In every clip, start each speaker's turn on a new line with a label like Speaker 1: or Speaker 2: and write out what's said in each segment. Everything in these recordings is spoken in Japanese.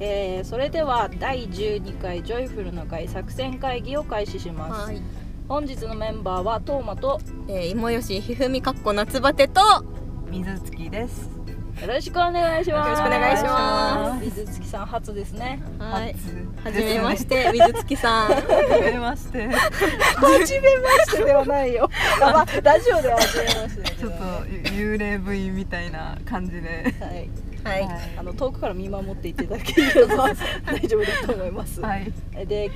Speaker 1: えーそれでは第12回ジョイフルの会作戦会議を開始します、
Speaker 2: はい、
Speaker 1: 本日のメンバーはトーマと
Speaker 2: えー、芋吉ひふみかっこ夏バテと
Speaker 3: 水月です。
Speaker 1: よろしくお願いします
Speaker 2: よろしくお願いします
Speaker 1: 水月さん初ですね
Speaker 2: はいは
Speaker 3: 初
Speaker 2: じめまし。て水月さん
Speaker 3: はじめまして。
Speaker 1: 初めましてではないよ あ、まあ、ラジオでは初めましてだけ
Speaker 3: ちょ
Speaker 1: ど
Speaker 3: っ
Speaker 1: ね
Speaker 3: と幽霊部員みたいな感じで。
Speaker 1: はい
Speaker 2: は
Speaker 3: はい
Speaker 1: あの遠くから見守っていただければ大丈夫だと思います、
Speaker 3: はい。
Speaker 1: えで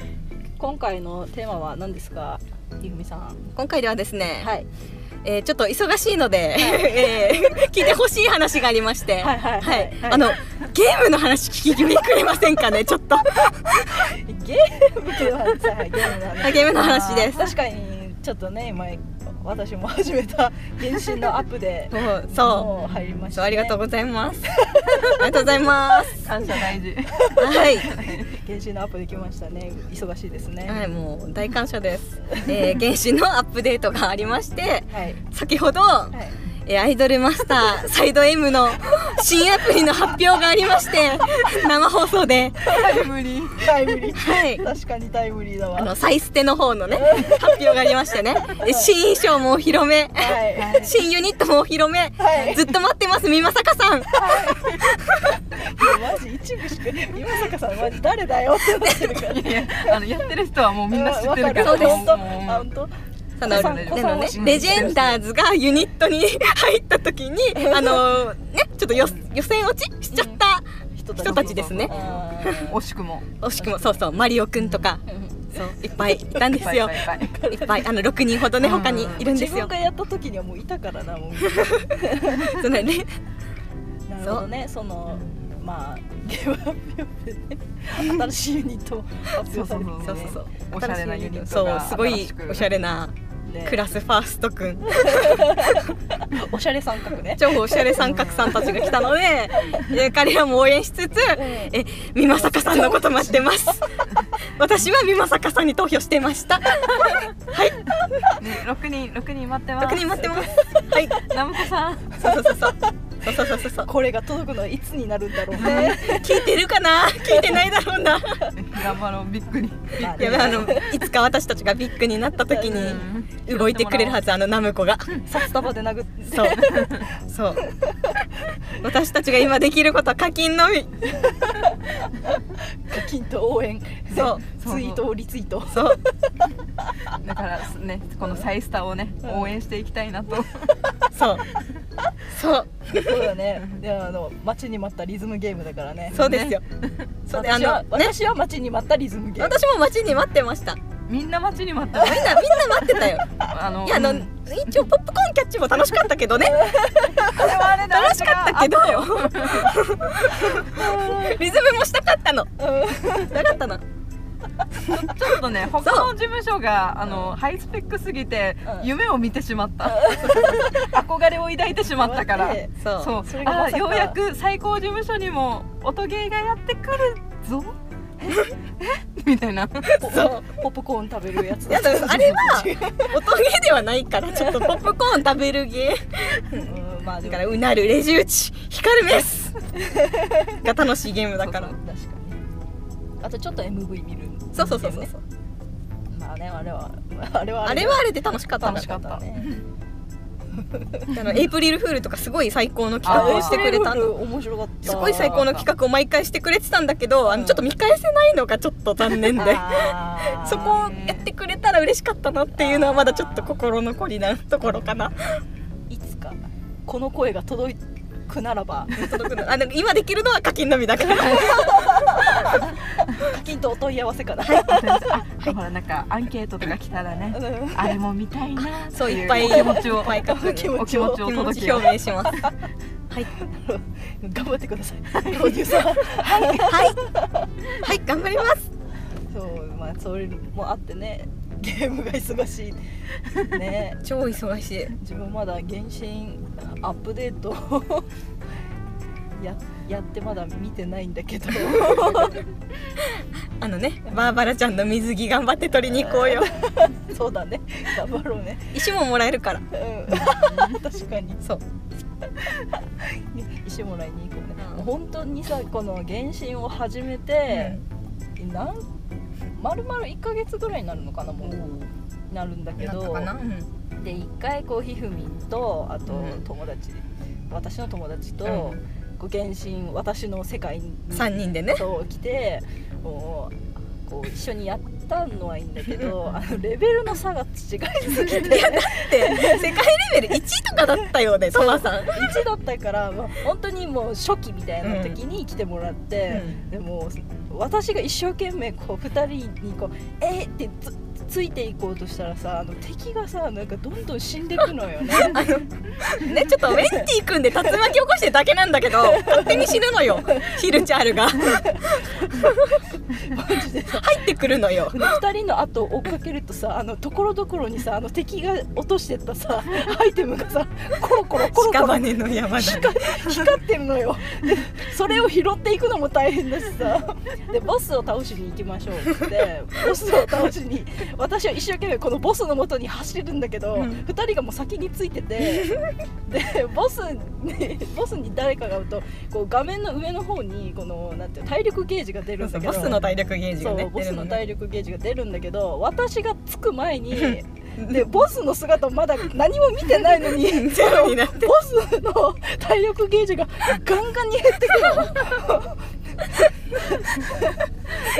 Speaker 1: 今回のテーマは何ですかゆふみさん
Speaker 2: 今回ではですね、
Speaker 1: はい
Speaker 2: えー、ちょっと忙しいので、えー、聞いてほしい話がありまして
Speaker 1: はいはい
Speaker 2: は
Speaker 1: はいい
Speaker 2: あのゲームの話聞きにくれませんかねちょっと
Speaker 1: ゲームではさゲームの話
Speaker 2: ゲームの話です
Speaker 1: 確かにちょっとね今私も始めた原神のアップで
Speaker 2: そうそ
Speaker 1: もう入りま
Speaker 2: う
Speaker 1: し
Speaker 2: そ
Speaker 1: た、
Speaker 2: う
Speaker 1: ね、
Speaker 2: ありがとうございますありがとうございます
Speaker 3: 感謝大事。
Speaker 2: はい
Speaker 1: 原神のアップできましたね忙しいですね
Speaker 2: はいもう大感謝です、えー、原神のアップデートがありまして
Speaker 1: はい
Speaker 2: 先ほど、
Speaker 1: はい
Speaker 2: えーアイドルマスターサイド M の新アプリの発表がありまして生放送で
Speaker 3: タイムリー。
Speaker 1: タイムリー
Speaker 2: はい
Speaker 1: 確かにタイムリーだわ
Speaker 2: あ
Speaker 1: は
Speaker 2: の再捨ての方のね発表がありましてねえ新衣装もお披露目
Speaker 1: い
Speaker 2: 新ユニットもお披露目
Speaker 1: はい
Speaker 2: ずっと待ってますみまさかさん
Speaker 1: マジ一部しか今坂さんマジ誰だよってなってるから
Speaker 3: いやあのやってる人はもうみんな知ってるから。
Speaker 2: そうです
Speaker 1: 本当
Speaker 3: も
Speaker 1: あ本当
Speaker 2: その
Speaker 1: お子さん
Speaker 2: で
Speaker 1: お子さんは
Speaker 2: のね
Speaker 1: 知
Speaker 3: ってる
Speaker 2: レジェンダーズがユニットに入った時にあのねちょっとよ予選落ちしちゃった
Speaker 1: 人
Speaker 2: 人たちですね
Speaker 1: あ
Speaker 3: 惜しくも。
Speaker 2: 惜しくもそうそうマリオくんとか
Speaker 1: ー
Speaker 2: そういっぱいいたんですよ
Speaker 3: いっぱいいっぱい
Speaker 2: いっぱいあの6人ほどね
Speaker 3: うん
Speaker 2: 他にいるんで
Speaker 1: 自
Speaker 2: す
Speaker 1: 分
Speaker 2: よ
Speaker 1: がやった時にはもういたからなもう
Speaker 2: そうだね
Speaker 1: なるほどねそのまあゲーム発表でね新しいユニットも発表されて
Speaker 2: そうそうそう
Speaker 3: おしゃれなユニット
Speaker 2: そう
Speaker 3: が
Speaker 2: すごいおしゃ
Speaker 3: れ
Speaker 2: れな
Speaker 1: ね
Speaker 2: クラスファーストくん
Speaker 1: おしゃれ三角ね
Speaker 2: 超おしゃれ三角さんたちが来たのでえ彼らも応援しつつえ美まさかさんのこと待ってます私は美まさかさんに投票してました
Speaker 3: 六人六人待ってます
Speaker 2: 確認待ってますはい
Speaker 3: ナムコさん
Speaker 2: そうそうそうそうそうそうそうそう
Speaker 1: これが届くのいつになるんだろうね
Speaker 2: 聞いてるかな聞いてないだろうな
Speaker 3: 頑張ろうびっくり
Speaker 1: まあね
Speaker 2: やばいあのいつか私たちがビッグになった時に動いてくれるはずあのナムコが
Speaker 1: 札束で殴って
Speaker 2: そうそう私たちが今できることは課金のみ
Speaker 1: 課金と応援
Speaker 2: そう
Speaker 1: ツイートをリツイート
Speaker 2: そう
Speaker 3: だからねこのサイスターをね応援していきたいな と
Speaker 2: そうそう
Speaker 1: そうだねであの待ちに待ったリズムゲームだからね
Speaker 2: そうですよ、そうであ
Speaker 1: 私は
Speaker 2: のね
Speaker 1: 私は待ちに待ったリズムゲーム
Speaker 2: 私も待ちに待ってましたみん
Speaker 3: みんな待ちに待ってます
Speaker 2: なみんな待ってたよ
Speaker 3: あの
Speaker 2: いやあの、
Speaker 3: うん
Speaker 2: 一応ポップコーンキャッチも楽しかったけどね
Speaker 3: あれはあれだ
Speaker 2: 楽しかったけどリズムもしたかったのしたかったの
Speaker 3: ちょっとね他の事務所があのハイスペックすぎて
Speaker 1: うん
Speaker 3: 夢を見てしまった 憧れを抱いてしまったから
Speaker 1: 待って
Speaker 2: そう
Speaker 3: そう
Speaker 1: それがま
Speaker 3: あ
Speaker 1: さか
Speaker 3: ようやく最高事務所にも音ゲーがやってくるぞええみた いな
Speaker 1: ポ
Speaker 2: そう
Speaker 1: ポップコーン食べるやつ
Speaker 2: いやでもあれは音ゲーではないからちょっとポップコーン食べるゲー
Speaker 1: うんまあで
Speaker 2: だ
Speaker 1: も
Speaker 2: からうなるレジ打ち光るメスが楽しいゲームだから
Speaker 1: 確かにあとちょっと MV 見る
Speaker 2: そうそうそうそう
Speaker 1: ねまあねあれはあれは
Speaker 2: あれはあれで楽しかったんだ
Speaker 3: 楽しかった
Speaker 1: ね
Speaker 2: あのエイプリルフールとかすごい最高の
Speaker 1: あ
Speaker 2: 企画をしてく
Speaker 1: エイプリ
Speaker 2: れた
Speaker 1: ル
Speaker 2: の
Speaker 1: フール面白かった
Speaker 2: すごい最高の企画を毎回してくれてたんだけどあのちょっと見返せないのがちょっと残念で
Speaker 1: あー
Speaker 2: そこをやってくれたら嬉しかったなっていうのはまだちょっと心残りなところか ない
Speaker 1: つかこの声が届くならば
Speaker 2: 届くのあでも今できるのは課金のみだから
Speaker 1: 課金とお問い合わせかな
Speaker 3: ほらなんかアンケートとか来たらね
Speaker 1: うん
Speaker 3: あれも見たいな
Speaker 2: そう
Speaker 3: って
Speaker 2: いっぱい
Speaker 3: お気持ちを
Speaker 2: いっぱい書く
Speaker 3: お気持ちを
Speaker 2: 気持
Speaker 3: 届け
Speaker 2: ち
Speaker 3: よう
Speaker 2: 表明しますはい
Speaker 1: 頑張ってくださいプロデューサ ー
Speaker 2: はいはいはい頑張ります
Speaker 1: そうまあそれもあってねゲームが忙しいね
Speaker 2: 超忙しい
Speaker 1: 自分まだ原神アップデートを ややってまだ見てないんだけ ど
Speaker 2: あのねバーバラちゃんの水着頑張って取りに行こうよ
Speaker 1: そうだね頑張ろうね、
Speaker 2: 石ももらえるから
Speaker 1: うん、確かに
Speaker 2: そう
Speaker 1: 石もらいに行こうね、
Speaker 2: うん
Speaker 1: 本当にさこの原神を始めて、なんまるまる1ヶ月ぐらいになるのかなもうなるんだけ
Speaker 2: なった
Speaker 1: ど
Speaker 2: かな、うん
Speaker 1: で1回こうひふみんとあと
Speaker 2: うん
Speaker 1: 友達、私の友達と、
Speaker 2: うん
Speaker 1: こう原神私の世界に
Speaker 2: 3人でね
Speaker 1: そう来てもうこう一緒にやったのはいいんだけどあのレベルの差が違いすぎ て
Speaker 2: って世界レベル1とかだったよねトマさん、
Speaker 1: 1だったから、まあ、本当にもう初期みたいな時に来てもらって、でも私が一生懸命こう2人にこう「えっ!」ってつついていこうとしたらさあの敵がさなんかどんどん死んでいくのよね。
Speaker 2: あのねちょっとウェンティ君で竜巻起こしてるだけなんだけど勝手に死ぬのよヒルチャールが入ってくるのよ
Speaker 1: で2人の後を追っかけるとさあのところどころにさあの敵が落としてったさアイテムがさコロコロコロコロ
Speaker 2: 屍の山だ
Speaker 1: 光 光ってるのよでそれを拾っていくのも大変だしさでボスを倒しに行きましょうって言ってボスを倒しに私は一生懸命このボスの元に走るんだけど、
Speaker 2: う
Speaker 1: 二
Speaker 2: ん
Speaker 1: 2人がもう先についててでボスにボスに誰かが会うとこう画面の上の方にこのなんていうの体力ゲージが出るんだけど
Speaker 2: ボスの体力ゲージ
Speaker 1: そ
Speaker 2: がね
Speaker 1: うボスの
Speaker 2: 出
Speaker 1: 体
Speaker 2: る
Speaker 1: 力ゲージが出るんだけど私が着く前に
Speaker 2: のね
Speaker 1: でボスの姿まだ何も見てないのに
Speaker 2: うんゼロになって
Speaker 1: ボスの体力ゲージがガンガンに減って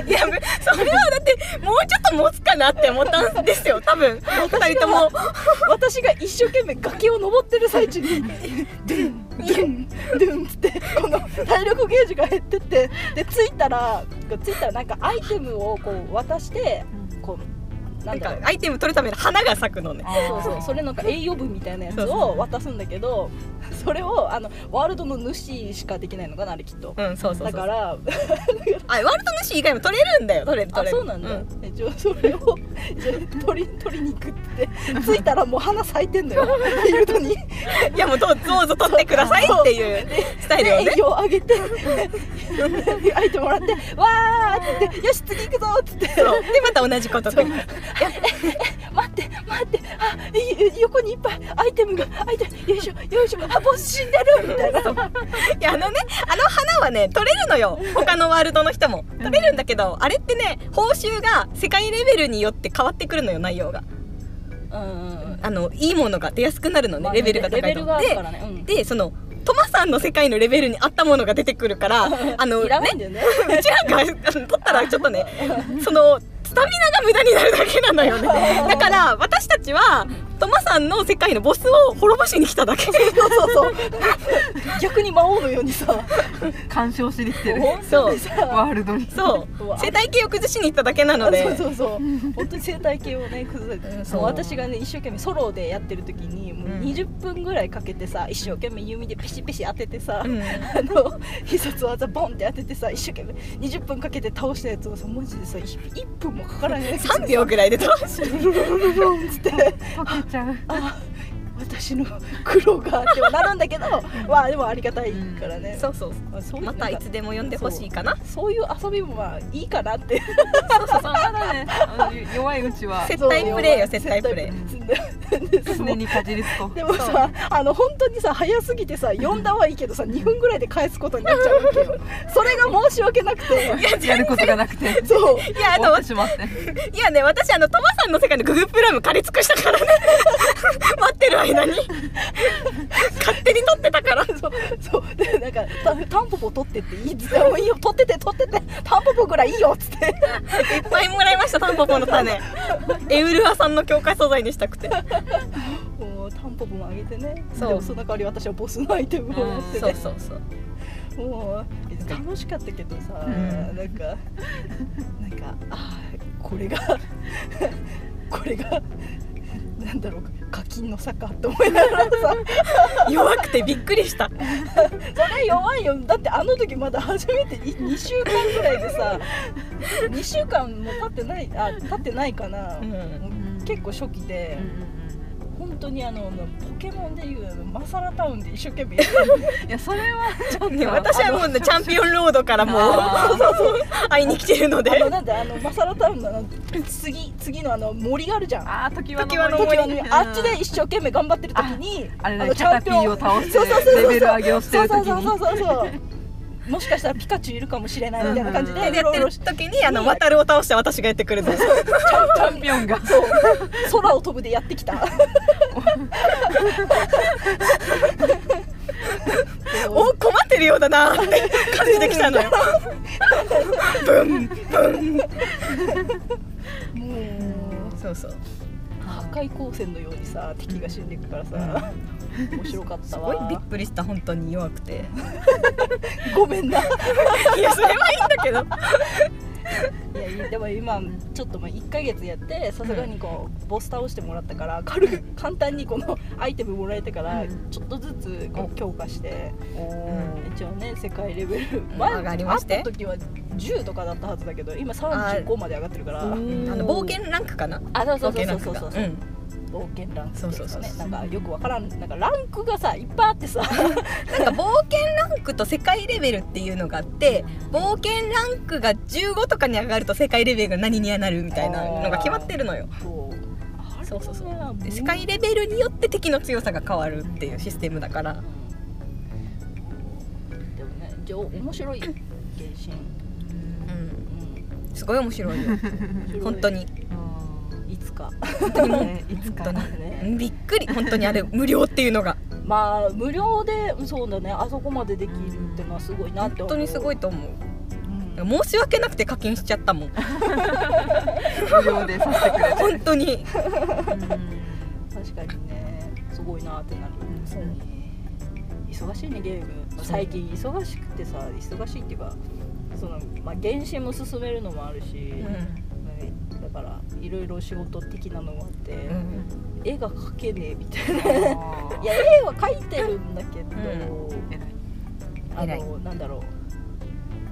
Speaker 2: いやぶそれはだってもうちょっと持つかなって思ったんですよ多分2人とも
Speaker 1: 私が一生懸命崖を登ってる最中にドゥンドゥンドゥンってこの体力ゲージが減ってってで着いたら着いたらなんかアイテムをこう渡してこうな
Speaker 2: なんん
Speaker 1: だろ
Speaker 2: か
Speaker 1: う
Speaker 2: アイテム取るための花が咲くのね
Speaker 1: そうそうそれなんか栄養分みたいなやつを渡すんだけどそれをあのワールドの主しかできないのかなあれきっと
Speaker 2: うんそうそ
Speaker 1: だ
Speaker 2: うそう
Speaker 1: から
Speaker 2: あワールド主以外も取れるんだよ取れる取
Speaker 1: あ
Speaker 2: れる
Speaker 1: そうなんだ、一応それをじゃあ取り取りに行く って着いたらもう花咲いてんのよフィールドに
Speaker 2: いやもうどうどうぞ取ってくださいっていうスタイルよね
Speaker 1: で栄養あげてアイテムもらって「わー!」って言って「よし次行くぞ!」っつって
Speaker 2: そうでまた同じこと繰り返
Speaker 1: 「待
Speaker 2: す
Speaker 1: って待ってあい横にいっぱいアイテムがアイテムよいしょよいしょあボス死んでる!」みたいな。
Speaker 2: いやあのねあの花はね取れるのよ他のワールドの人も取れるんだけどあれってね報酬が世界レベルによって変わってくるのよ内容が
Speaker 1: うん
Speaker 2: あのいいものが出やすくなるのねレベルが高い
Speaker 1: レベル
Speaker 2: と
Speaker 1: があるか
Speaker 2: で
Speaker 1: らね、うん、
Speaker 2: でそのトマさんの世界のレベルに合ったものが出てく るからあの
Speaker 1: いら
Speaker 2: ね
Speaker 1: ないんだよね
Speaker 2: うちらがあの取ったらちょっとねそのスタミナが無駄になるだけなのよね だから私たちはトマさんの世界のボスを滅ぼしに来ただけ
Speaker 1: そうそうそう逆に魔王のように さ
Speaker 3: 干渉してきてる
Speaker 2: そう
Speaker 1: さ
Speaker 3: ワールドに
Speaker 2: そう
Speaker 1: そう
Speaker 2: 生態系を崩しに行っただけなので
Speaker 1: そうそう そう本当に生態系をね崩
Speaker 2: うん
Speaker 1: れて
Speaker 2: そう
Speaker 1: もう私がね一生懸命ソロでやってる時にもううん20分ぐらいかけてさ一生懸命弓でピシピシ当ててさ、
Speaker 2: うん
Speaker 1: あの 必殺技ボンって当ててさ一生懸命20分かけて倒したやつをさマジでさ1分もかからないやつ
Speaker 2: 3秒ぐらいでどうする
Speaker 1: ルルルルルンっつって
Speaker 3: 溶けちゃう
Speaker 1: あ私の苦労がってはなるんだけどまあでもありがたいからね、
Speaker 2: そうそう
Speaker 1: まあそう
Speaker 2: またいつでも呼んでほしいかな
Speaker 1: そういう遊びもまあいいかなって
Speaker 3: そうそうそうまだねあの弱いうちは
Speaker 2: 接待プレイよ接待プレイ
Speaker 1: イ
Speaker 3: 常にかじりつこう
Speaker 1: でもさあの本当にさ早すぎてさ呼んだはいいけどさ2分ぐらいで返すことになっちゃう わけよそれが申し訳なくて
Speaker 3: やることがなくて
Speaker 1: そう
Speaker 2: い やあ
Speaker 3: 終わって
Speaker 2: と
Speaker 3: しまって
Speaker 2: いやね私あのトマさんの世界のググプラム借り尽くしたからね待ってる間に勝手に取ってたから
Speaker 1: そうそうでなんかた「タンポポ取って」っていいっつってもういいよ取ってて取っててタンポポぐらいいいよ」っつって
Speaker 2: いっぱいもらいましたタンポポの種エウルアさんの強化素材にしたくて
Speaker 1: もうタンポポもあげてね
Speaker 2: そう
Speaker 1: でもその代わり私はボスのアイテムを持って
Speaker 2: そう
Speaker 1: ね
Speaker 2: そうそう
Speaker 1: もう楽しかったけどさ、
Speaker 2: ん
Speaker 1: なんかなんかあーこれがこれがなんだろう課金の差かと思いながらさ
Speaker 2: 弱くてびっくりした
Speaker 1: それ弱いよだってあの時まだ初めて2週間ぐらいで さ2週間も経ってないあ経ってないかな、
Speaker 2: うん
Speaker 1: もう結構初期で、本当にあのポケモンでいうあのマサラタウンで一生懸命やって
Speaker 3: いやそれはちょっと、
Speaker 2: ね、私はもうねチャンピオンロードからも
Speaker 3: あー
Speaker 2: うそうそうそう会いに来てるの
Speaker 1: あの
Speaker 2: で
Speaker 1: なんであのマサラタウンのあの次次のあの森があるじゃん
Speaker 3: あー時は
Speaker 2: 常盤の
Speaker 1: 時
Speaker 2: 森
Speaker 1: はねあっちで一生懸命頑張ってる時に
Speaker 3: あれ
Speaker 1: あ
Speaker 3: だ
Speaker 1: の
Speaker 3: ねキャタピーを倒して
Speaker 1: そうそうそうそう
Speaker 3: レベル上げをして
Speaker 1: そう
Speaker 3: る
Speaker 1: そ
Speaker 3: 時
Speaker 1: うそうそう
Speaker 3: に
Speaker 1: そうそうもしかしたらピカチュウいるかもしれないみたいな感じで
Speaker 3: うんうん
Speaker 2: で
Speaker 1: う
Speaker 2: や
Speaker 1: ろ
Speaker 2: って
Speaker 1: う
Speaker 2: る
Speaker 1: ろして
Speaker 2: 時にあの渡るを倒して私がやってくるんですよ
Speaker 3: チャンピオンが
Speaker 1: そう空を飛ぶでやって きた
Speaker 2: お困ってるようだなって感じてきたのよブン
Speaker 1: もう
Speaker 2: そうそう
Speaker 1: 破壊光線のようにさ敵が死んでいくからさ面白かっ
Speaker 2: す
Speaker 1: た
Speaker 2: ごい
Speaker 1: わ
Speaker 2: びっくりした本当に弱くて
Speaker 1: ごめんない
Speaker 2: やそれはいいんだけど
Speaker 1: いやいやでも今ちょっとまあ1ヶ月やってさすがにこうボス倒してもらったから軽く簡単にこの アイテムもらえたから
Speaker 3: うん
Speaker 1: ちょっとずつこう強化して
Speaker 2: ー
Speaker 1: 一応ね世界レベル
Speaker 2: 上がりまして
Speaker 1: 会った時は10とかだったはずだけど今35まで上がってるから
Speaker 2: あの冒険ランクかな
Speaker 1: あそうそうそ
Speaker 2: 冒
Speaker 1: う
Speaker 2: 険ラ
Speaker 1: そ
Speaker 2: ン
Speaker 1: うそう
Speaker 2: クが
Speaker 1: そう
Speaker 2: うん
Speaker 1: 冒険ランクってい
Speaker 2: そううそ
Speaker 1: か
Speaker 2: う
Speaker 1: ね
Speaker 2: そう
Speaker 1: なんかよくわからんなんかランクがさいっぱいあってさ
Speaker 2: なんか冒険ランクと世界レベルっていうのがあって冒険ランクが15とかに上がると世界レベルが何になるみたいなのが決まってるのよ
Speaker 1: そうあれ
Speaker 2: そうそうそう
Speaker 1: は
Speaker 2: で世界レベルによって敵の強さが変わるっていうシステムだから
Speaker 1: でもねじゃあ面白い原神
Speaker 2: うん
Speaker 1: うん
Speaker 2: すごい面白いよ
Speaker 1: 面白い
Speaker 2: 本当に
Speaker 1: いつか
Speaker 2: 本当にもう
Speaker 3: ねいつか
Speaker 2: 本当に う
Speaker 1: ね
Speaker 2: んびっくり本当にあれ無料っていうのが
Speaker 1: まあ無料でそうだねあそこまでできるってのはすごいなっ
Speaker 2: 本
Speaker 1: て思う
Speaker 2: 当にすごいと思う
Speaker 1: うん
Speaker 2: 申し訳なくて課金しちゃったもん
Speaker 3: 無料でさせてくれて
Speaker 2: 本当に
Speaker 1: 確かにねすごいなってなる、
Speaker 3: うん
Speaker 1: そう忙しいねゲーム
Speaker 2: う
Speaker 1: 最近忙しくてさ忙しいっていうかその、まあ、原神も進めるのもあるし、
Speaker 2: う
Speaker 1: だからいろいろ仕事的なのもあって、
Speaker 2: ん
Speaker 1: 絵が描けねえみたいない
Speaker 3: いや
Speaker 1: や絵は描いてるんだけど、あ
Speaker 2: 偉い
Speaker 1: のなんだろう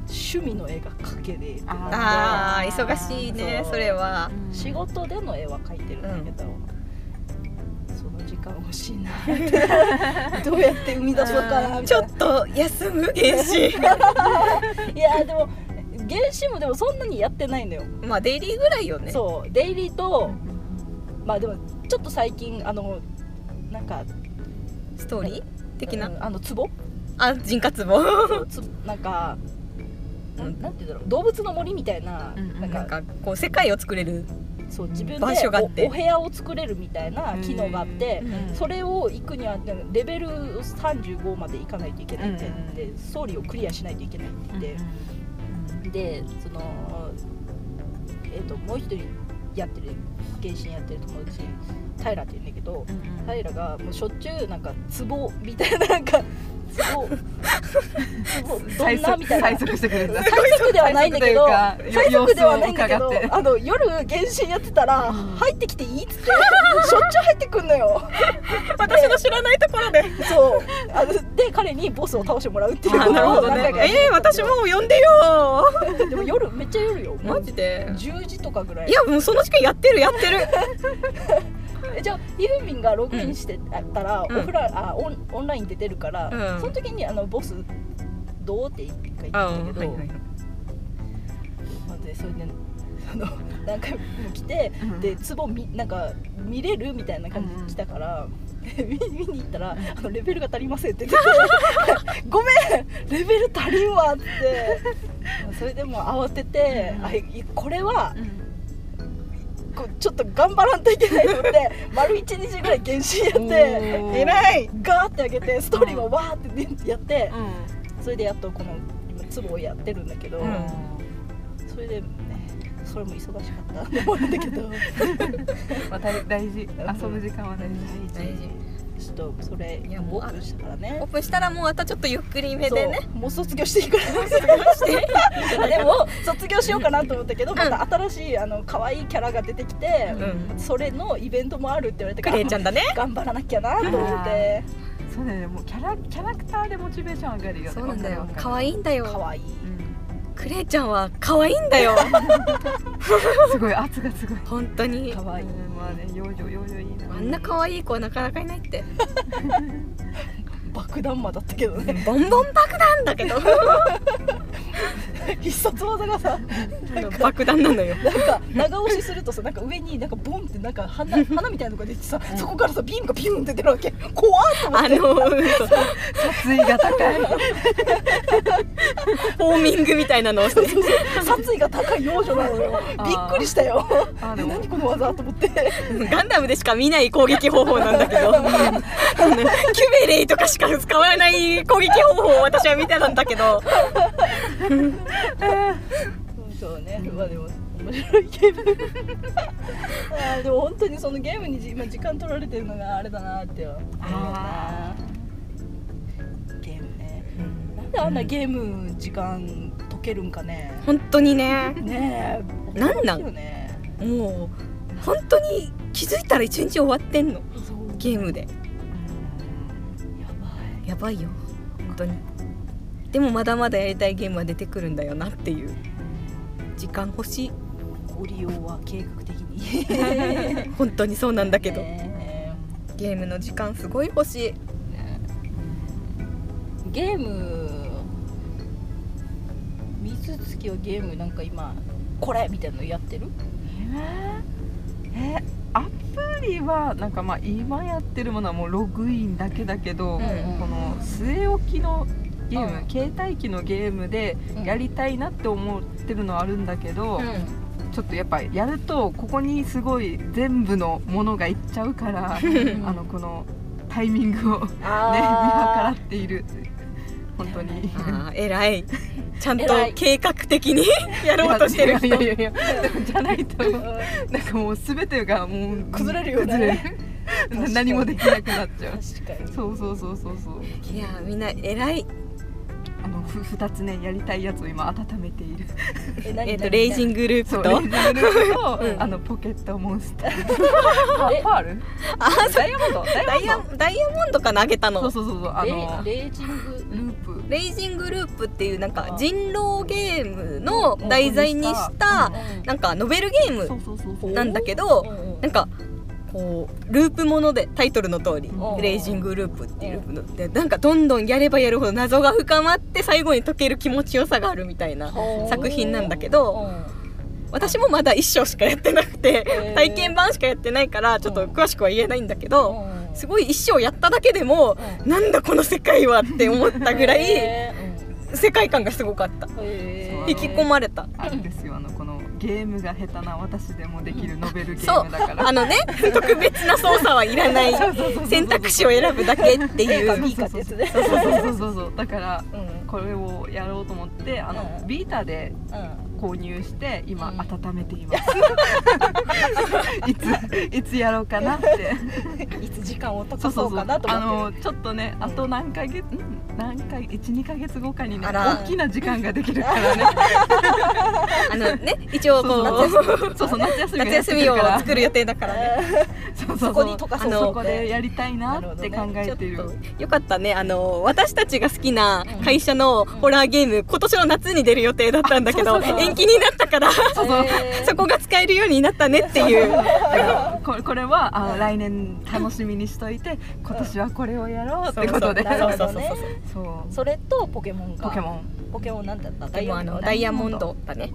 Speaker 1: 趣味の絵が描けねえ
Speaker 3: あ
Speaker 2: あー忙しいね
Speaker 1: そう
Speaker 2: それは
Speaker 1: 仕事での絵は描いてるんだけど、その時間欲しいなって どうやって生み出そうかなみ
Speaker 2: ち
Speaker 1: たい
Speaker 2: ょ
Speaker 1: な
Speaker 2: っと休む原 始
Speaker 1: いやでも原始もでもそんなにやってないのよ、
Speaker 2: まあデイリーぐらいよね
Speaker 1: そうデイリーとまあでもちょっと最近あのなんか
Speaker 2: ストーリー的な、
Speaker 1: うんあの壺
Speaker 2: あ人活も
Speaker 1: つなんかな
Speaker 2: うん
Speaker 1: なんて言うんだろう動物の森みたいな,、
Speaker 3: うんうん
Speaker 1: なん
Speaker 2: なん
Speaker 1: か
Speaker 2: かこう世界を作れる
Speaker 1: そう自分で
Speaker 2: 場所があって
Speaker 1: おお部屋を作れるみたいな機能があって、それを行くにはでもレベル35まで行かないといけないって、
Speaker 3: うんうんうん
Speaker 1: でストーリーをクリアしないといけないって言って、でそのえっ、ともう一人やってる原神やってる友達平って言うんだけど平がもうしょっちゅうなんか壺みたいななんか壺壺どんなみたいな
Speaker 3: 催促してくれる
Speaker 1: 最速ではないんだけど最速ではないんだけど
Speaker 3: 様子を伺って
Speaker 1: あの夜原神やってたら
Speaker 3: うん
Speaker 1: 入ってきていいっつってしょっちゅう入ってくんのよ
Speaker 2: 私の知らないところで
Speaker 1: そうあので彼にボスを倒してもらうっていう
Speaker 2: あなるほど
Speaker 1: 何
Speaker 2: ね
Speaker 1: 回かやって
Speaker 2: えー、私もう呼んでよ
Speaker 1: でも夜めっちゃ夜よ
Speaker 2: ーマジで
Speaker 1: 10時とかぐらい
Speaker 2: いやもうその時間やってるやってる
Speaker 1: えじゃあユーミンがログインしてたら、
Speaker 2: うん
Speaker 1: オフラインあオンオンラインで出るから、
Speaker 2: うん
Speaker 1: その時にあのボスどうって一回言って
Speaker 2: あ
Speaker 1: たけど、なんでそれであの 何回も来て、
Speaker 3: うん
Speaker 1: で壺みなんか見れるみたいな感じで来たから、 見見に行ったら、あのレベルが足りませんって言ってて ごめんレベル足りんわってそれでもう慌てて、
Speaker 3: うん
Speaker 1: あいこれはこうちょっと頑張らんといけないと思 って丸一日ぐらい原神やって。
Speaker 3: おー
Speaker 2: 偉い
Speaker 1: ガーって上げてストーリーもわーってやって、それでやっとこの今ツボをやってるんだけど、
Speaker 2: うん
Speaker 1: それでねそれも忙しかったって思うんだけど
Speaker 3: まあ大大事遊ぶ時間は大事
Speaker 2: 大事
Speaker 1: ちょっとそれ
Speaker 2: いやもう
Speaker 1: オープンしたからね
Speaker 2: オープンしたらもうまたちょっとゆっくりめでね
Speaker 1: そうもう卒業していいから でも卒業しようかなと思ったけど、また新しいあの可愛いキャラが出てきて、
Speaker 2: うん
Speaker 1: それのイベントもあるって言われた
Speaker 2: ク
Speaker 1: か
Speaker 2: レイちゃ
Speaker 1: ら
Speaker 2: んだね
Speaker 1: 頑張らなきゃなと思って
Speaker 3: そうだよねもうキャラキャラクターでモチベーション上がるよね
Speaker 2: そうなんだよ
Speaker 3: わかるわかる
Speaker 2: 可愛いんだよ
Speaker 1: 可愛い
Speaker 3: うん
Speaker 2: クレイちゃんは可愛いんだよ
Speaker 3: すごい圧がすごい
Speaker 2: 本当に
Speaker 1: 可愛い
Speaker 3: うんまあね幼女幼女いいな
Speaker 2: あんな 可愛い子はなかなかいないって
Speaker 1: 爆弾魔だったけどね
Speaker 2: ボンボン爆弾だけど
Speaker 1: 必殺技がさ
Speaker 2: 爆弾なのよ
Speaker 1: なんか長押しするとさなんか上になんかボンってなんか 花花みたいなのが出てさ、そこからさビームがピュンって出るわけ怖っと思っ
Speaker 2: あのそう
Speaker 3: 熱意が高い
Speaker 2: フォーミングみたいなのをして
Speaker 1: て殺意が高い幼女なのよ
Speaker 3: あー
Speaker 1: びっくりしたよ
Speaker 3: あ
Speaker 1: え
Speaker 3: でも
Speaker 1: 何この技と思って
Speaker 2: ガンダムでしか見ない攻撃方法なんだけどあのキュベレイとかしか使わない攻撃方法を私は見てたんだけど
Speaker 1: そうねまあでも面白いゲーム あーでも本当にそのゲームにじ今時間取られてるのがあれだなって思うな
Speaker 3: あ
Speaker 1: ゲームねなんであんなゲーム時間解けるんかね
Speaker 2: 本当にね
Speaker 1: ねえ
Speaker 2: なんなん
Speaker 1: 驚きよね
Speaker 2: もう本当に気づいたら一日終わってんの
Speaker 1: そう
Speaker 2: ゲームで
Speaker 1: やばい
Speaker 2: やばいよ本当にでもまだまだやりたいゲームは出てくるんだよなっていう時間欲しい
Speaker 1: ご利用は計画的に
Speaker 2: 本当にそうなんだけど
Speaker 1: ね
Speaker 2: ゲームの時間すごい欲しい
Speaker 1: えゲーム水月はゲームなんか今これみたいなのやってる
Speaker 3: えーアプリはなんかまあ今やってるものはもうログインだけだけど、
Speaker 2: うんうん
Speaker 3: この据え置きのゲーム、
Speaker 1: うん
Speaker 3: 携帯機のゲームでやりたいなって思ってるのはあるんだけど、
Speaker 2: う
Speaker 3: ちょっとやっぱやるとここにすごい全部のものがいっちゃうから
Speaker 1: うん
Speaker 3: あのこのタイミングをね見計ら
Speaker 1: あ
Speaker 3: っている本当に。
Speaker 2: あー偉 いちゃんと
Speaker 1: 偉い
Speaker 2: 計画的に やろうとしてる
Speaker 3: い
Speaker 2: 人
Speaker 3: やいやいやいやでもじゃないとなんかもう全てがもう
Speaker 1: 崩れるよね
Speaker 3: 崩れる
Speaker 1: かに
Speaker 3: 何もできなくなっちゃう
Speaker 1: 確かに
Speaker 3: そうそうそうそうそう
Speaker 2: いやみんな偉い
Speaker 3: あのふ二つねやりたいやつを今温めている
Speaker 1: え何
Speaker 2: えっと
Speaker 1: 何
Speaker 2: レイジングルー
Speaker 3: そ
Speaker 2: プ
Speaker 3: うレ
Speaker 2: と
Speaker 3: イジングループと、
Speaker 2: うん
Speaker 3: あのポケットモンスター
Speaker 1: え
Speaker 3: パパール
Speaker 2: あーそう
Speaker 3: ダイヤモンドダ
Speaker 2: ダ
Speaker 3: イ
Speaker 2: イ
Speaker 3: ヤ
Speaker 2: ヤ
Speaker 3: モン
Speaker 2: ダイヤモンドかなあげた
Speaker 3: ド
Speaker 2: の
Speaker 3: そうそうそうそうあの
Speaker 1: レイレイジング
Speaker 3: ループ
Speaker 2: レイジングループっていうなん
Speaker 1: あ
Speaker 2: か人狼ゲームの題材にしたなんかノベルゲー
Speaker 3: そ
Speaker 2: ム
Speaker 3: うそうそうそううん
Speaker 2: なんだけど
Speaker 1: うんうん
Speaker 2: なんかこうループものでタイトルの通り
Speaker 3: うん
Speaker 2: レイジングループっていうループのでなんかどんどんやればやるほど謎が深まって最後に解ける気持ちよさがあるみたいな
Speaker 1: ほう
Speaker 2: 作品なんだけど
Speaker 1: うん
Speaker 2: 私もまだ一章しかやってなく
Speaker 1: へ
Speaker 2: て
Speaker 1: ー
Speaker 2: 体験版しかやってないからちょっと詳しくは言えないんだけど
Speaker 1: うん
Speaker 2: すごい一章やっただけでも
Speaker 1: う
Speaker 2: なんだこの世界はって思ったぐらい
Speaker 1: へー
Speaker 2: 世界観がすごかった
Speaker 1: うんへー
Speaker 2: 引き込まれた。
Speaker 3: あるんですよあのこのゲームが下手な私でもできるノベルゲームだから
Speaker 2: あのね特別な操作はいらない選択肢を選ぶだけってい
Speaker 1: か
Speaker 2: う
Speaker 1: B かってやつね
Speaker 3: そうそうそうそうそうだから
Speaker 1: うんうん
Speaker 3: これをやろうと思ってあの、
Speaker 1: うん
Speaker 3: ビータで購入して今
Speaker 1: うん
Speaker 3: 温めています、いついつやろうかなって
Speaker 1: いつ時間を溶かそうかなと
Speaker 3: あ
Speaker 1: 思っ
Speaker 3: のちょっとねあと何ヶ月、ん、何回12ヶ月後かにね
Speaker 2: あら
Speaker 3: 大きな時間ができるからね
Speaker 2: あのね一応こ
Speaker 3: そう
Speaker 2: う
Speaker 3: そうそう夏休
Speaker 2: 夏
Speaker 3: みがやって
Speaker 2: 休
Speaker 3: く
Speaker 2: み
Speaker 3: る
Speaker 2: を
Speaker 3: から
Speaker 2: 作る予定だからね
Speaker 3: そうそう
Speaker 1: そこに溶かそう
Speaker 3: あの
Speaker 1: と
Speaker 3: そこでやりたいなって考
Speaker 2: ち
Speaker 3: え
Speaker 2: ょって
Speaker 3: る
Speaker 2: とよかったねあの私たちが好きな会社のホラーゲーム今年の夏に出る予定だったんだけ
Speaker 3: あ
Speaker 2: ど
Speaker 3: そうそうそう
Speaker 2: 延期になったから
Speaker 1: そうそうへー
Speaker 2: そこが使えるようになったねっていう
Speaker 3: あ のこれこれはあの来年楽しみにしといて今年はこれをやろうってことで
Speaker 1: なるほど
Speaker 2: そう
Speaker 1: ね
Speaker 2: そうそう
Speaker 3: そう
Speaker 1: それとポケモンか
Speaker 3: ポケモン
Speaker 1: ポケモンなんだった
Speaker 2: でもあのダ
Speaker 1: ダイ
Speaker 2: イ
Speaker 1: ヤ
Speaker 2: ヤ
Speaker 1: モ
Speaker 2: モ
Speaker 1: ン
Speaker 2: ン
Speaker 1: ド
Speaker 2: ドだね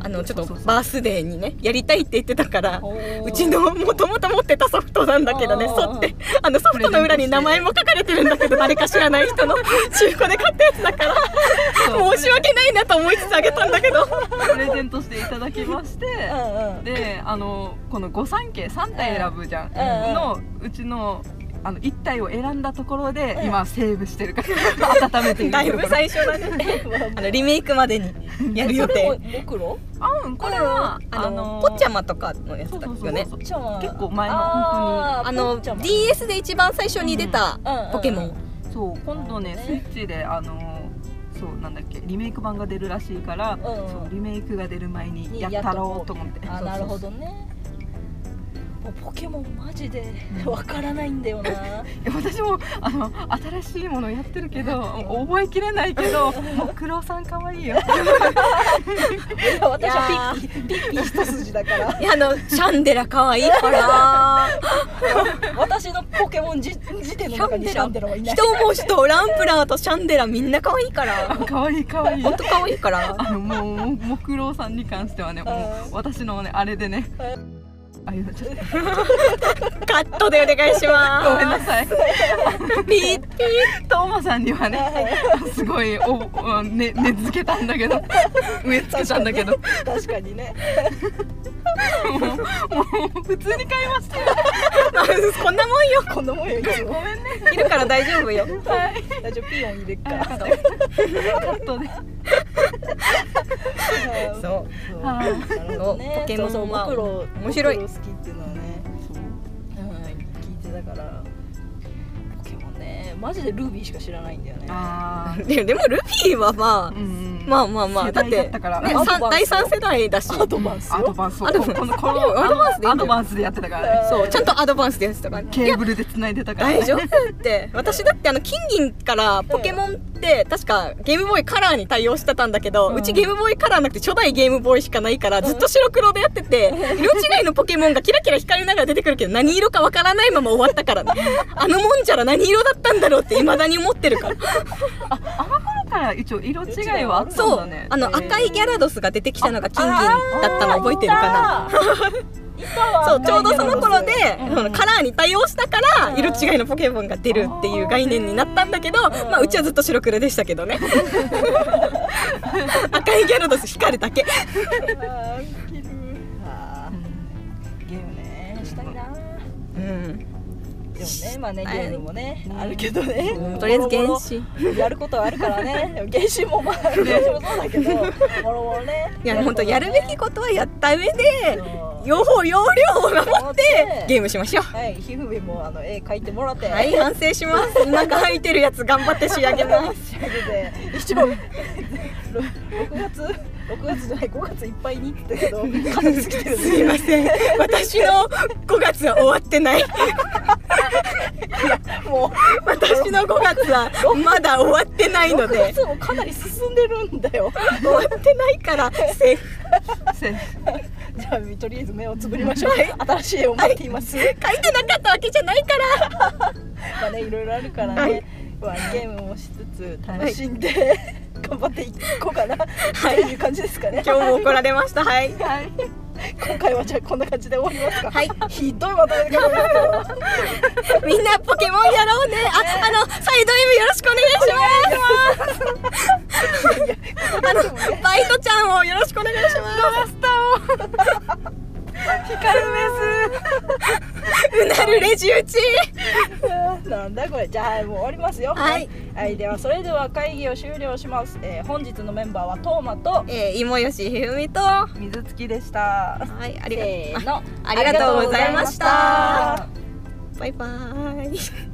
Speaker 2: あ
Speaker 1: あ
Speaker 2: のちょっ
Speaker 3: そ
Speaker 2: と
Speaker 3: うそうそう
Speaker 2: バースデーにねやりたいって言ってたからうち
Speaker 1: の
Speaker 2: のもともと持ってたソフトなんだけどね
Speaker 1: あー
Speaker 2: そってあのソフトの裏に名前も書かれてるんだけど誰か知らない人の中古で買ったやつだから
Speaker 3: そう
Speaker 2: 申し訳ないなと思いつつあげたんだけど
Speaker 3: プレゼントしていただきましてであのこの御三家3体選ぶじゃん、
Speaker 1: うんうん
Speaker 3: のうちのあの1体を選んだところで、
Speaker 1: うん
Speaker 3: 今セーブしてるから 温めている
Speaker 2: だい
Speaker 3: とこ
Speaker 2: ぶ
Speaker 3: ろ
Speaker 2: 最初だねあのリメイクまでにやる予
Speaker 1: それも
Speaker 2: 定
Speaker 1: 目論
Speaker 3: あうんこれは
Speaker 2: あの
Speaker 3: あの
Speaker 2: ポッチャマとかのやつだ
Speaker 3: そう
Speaker 2: っ
Speaker 3: そ
Speaker 2: たよ
Speaker 3: うそう
Speaker 2: ね
Speaker 3: そう
Speaker 1: じゃあ
Speaker 3: 結構前の
Speaker 1: あー
Speaker 2: あの
Speaker 1: ポッチャマ
Speaker 2: DS で一番最初に出た
Speaker 1: うんうん
Speaker 2: ポケモン
Speaker 3: そう今度ね
Speaker 1: なるほ
Speaker 3: ス
Speaker 1: ど
Speaker 3: イ
Speaker 1: ね
Speaker 3: ッチであのそうなんだっけリメイク版が出るらしいから、
Speaker 1: うんうん
Speaker 3: そうリメイクが出る前に
Speaker 1: に
Speaker 3: やったろうと思って
Speaker 1: あなるほどねもうポケモンマジでわからないんだよな
Speaker 3: いや私もあの新しいものやってるけどもう覚えきれないけどもう黒さん可愛いよ
Speaker 1: いや私はピッピピッピ一筋だから
Speaker 2: いやあのシャンデラ可愛いから
Speaker 1: 私のポケモンじ辞典の中にシャンデ ラはいない
Speaker 2: 人も人ランプラーとシャンデラみんな可愛いから
Speaker 3: 可愛い可愛い
Speaker 2: 本当可愛いから
Speaker 3: あのもうもう木郎さんに関してはねも
Speaker 1: う
Speaker 3: う私のねあれでねあいやちょっと
Speaker 2: カットでお願いします
Speaker 3: ごめんなさい
Speaker 2: ピッピ
Speaker 3: トーマさんにはねすごいおおね根付けたんだけど植え付けたんだけども
Speaker 1: 確かにね
Speaker 3: うもう普通に買いましたよ
Speaker 2: ッこんなもんよ
Speaker 1: こんなもんよいつも
Speaker 2: いるから大丈夫よ
Speaker 3: はい
Speaker 1: 大丈夫ピヨン入れっか
Speaker 3: あよか
Speaker 1: ら
Speaker 3: ったカットで
Speaker 1: そう
Speaker 2: そう
Speaker 1: そう
Speaker 3: は
Speaker 1: ないるほどね
Speaker 2: ポケモン
Speaker 1: そう
Speaker 2: まあ
Speaker 1: モクロ
Speaker 2: 面白い
Speaker 1: モクロ好きっていうのはねうん聞いてたからポケモンねマジでルビーしか知らないんだよね
Speaker 3: あ
Speaker 2: ででもルフィはまあ、
Speaker 3: ーうん
Speaker 2: まあまあまあだって
Speaker 3: 世代だったから
Speaker 2: ね
Speaker 1: アドバンス
Speaker 2: さん第三世代だし
Speaker 1: アドバンス
Speaker 3: アド
Speaker 1: よ
Speaker 3: バンスを
Speaker 2: アドバンス
Speaker 3: このこの
Speaker 2: アドバンスでいい
Speaker 3: ア
Speaker 2: んだ
Speaker 3: ド
Speaker 2: よ
Speaker 3: バンスでやってたからね
Speaker 2: そうちゃんとアドバンスでやつとかね
Speaker 3: ケーブルで繋いでたからね
Speaker 2: 大丈夫って私だってあの金銀からポケモンって確かゲームボーイカラーに対応してたんだけど、
Speaker 1: う
Speaker 2: うんちゲームボーイカラーなくて初代ゲームボーイしかないからずっと白黒でやって て、色違いのポケモンがキラキラ光りながら出てくるけど何色かわからないまま終わったから ねあのもんじゃら何色だったんだろうって未だに思ってるから
Speaker 3: だから一応色違いはあった
Speaker 2: そ
Speaker 3: ん
Speaker 2: う
Speaker 3: だね
Speaker 2: あの
Speaker 1: へー
Speaker 2: 赤いギャラドスが出てきたのが金銀だったの覚えてるか
Speaker 1: ないたわ
Speaker 2: なそうちょうどその頃で、
Speaker 3: うん
Speaker 2: そのカラーに対応したから、
Speaker 1: うん
Speaker 2: 色違いのポケモンが出るっていう概念になったんだけど、まあ、うちはずっと白黒でしたけどね赤いギャラドス光るだけ
Speaker 1: あー切るあ
Speaker 3: うん
Speaker 1: ーゲームねしたいな
Speaker 2: うん
Speaker 1: でもねまあねゲ
Speaker 2: はい
Speaker 1: ームもねあるけどね
Speaker 3: うん
Speaker 2: とりあえず原始
Speaker 1: やることはあるからねでも原神もまあ原神もそうだけどもろもろね
Speaker 2: いや本当やるべきことはやった上で
Speaker 1: よ
Speaker 2: 用法用量を守
Speaker 1: 守って
Speaker 2: ゲームしましょう
Speaker 1: はいひふみんもあの絵描いてもらって
Speaker 2: はい反省しますなんか入ってるやつ頑張って仕上げま す
Speaker 1: 仕上げて一応ろ6月6月じゃない5月いっぱいにって言ったけど風邪つきてるん
Speaker 2: すい
Speaker 1: で
Speaker 2: ません私の5月は終わってない
Speaker 1: も
Speaker 2: 私の5月はまだ終わってないうの
Speaker 1: 6
Speaker 2: で
Speaker 1: 月もかなり進んでるんだよ
Speaker 2: 終わってないからセーフ
Speaker 3: せ
Speaker 1: じゃあとりあえず目をつぶりましょう新しい絵を待っています、
Speaker 2: 書いてなかったわけじゃないから
Speaker 1: まあねいろいろあるからね、
Speaker 2: はい
Speaker 1: まあ、ゲームもしつつ楽しんで、頑張っていこうかな、
Speaker 2: い
Speaker 1: っていう感じですかね
Speaker 2: 今日も怒られましたはい
Speaker 3: はい
Speaker 1: 今回はじゃあこんな感じで終わりますか
Speaker 2: はい
Speaker 1: ひどいまとめ方ですけど
Speaker 2: みんなポケモンやろうねああのサイド M よろしくお願いし ますあのバイトちゃんをよろしくお願いします
Speaker 3: 光る
Speaker 2: う
Speaker 3: メ
Speaker 2: なるレジ打ち
Speaker 1: なんだこれじゃあもう終わりますよ
Speaker 2: はい、
Speaker 1: はいではそれでは会議を終了します、えー本日のメンバーはトーマと
Speaker 2: えー、芋吉ひふみとは
Speaker 3: ス水月でした
Speaker 2: いありが
Speaker 1: せー
Speaker 2: とう
Speaker 1: の
Speaker 2: ありがとうございました
Speaker 1: ありがとうございま
Speaker 2: バイバーイ